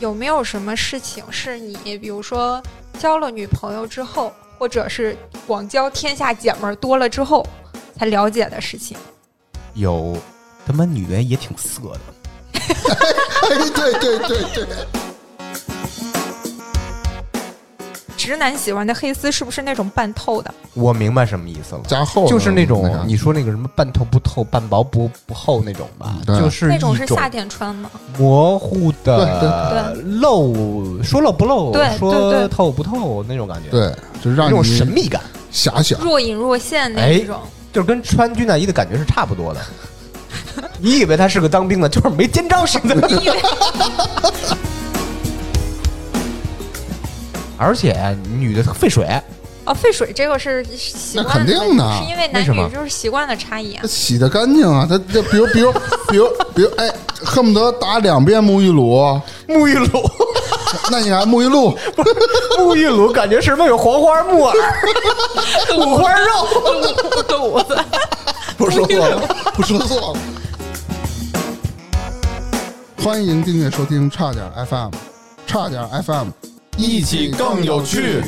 有没有什么事情是你，比如说交了女朋友之后，或者是广交天下姐们儿多了之后才了解的事情？有他妈女人也挺色的。哎，对对对对，直男喜欢的黑丝是不是那种半透的？我明白什么意思了，加厚就是那种个你说那个什么半透不透、半薄不不厚那种吧，嗯对就是那一种是夏天穿吗？模糊的对露，说露不露对，对说对透不透那种感觉，，对，就那让种你神秘感，遐想。若隐若现那哎一种。就是跟穿军大衣的感觉是差不多的。 你以为他是个当兵的，就是没肩章似的。 你以为 而且女的费水，哦，废水这个是习惯那肯定的的，是因为为男什么女就是习惯的差异啊它。洗的干净啊，它这比如比如比如比如哎，恨不得打两遍沐浴露， 沐浴露，那你还沐浴露， 沐浴露感觉是外有黄花木耳、 五花肉。 肚子，不说错了，不说错了。欢迎订阅收听差点 FM，差点 FM，一起更有趣。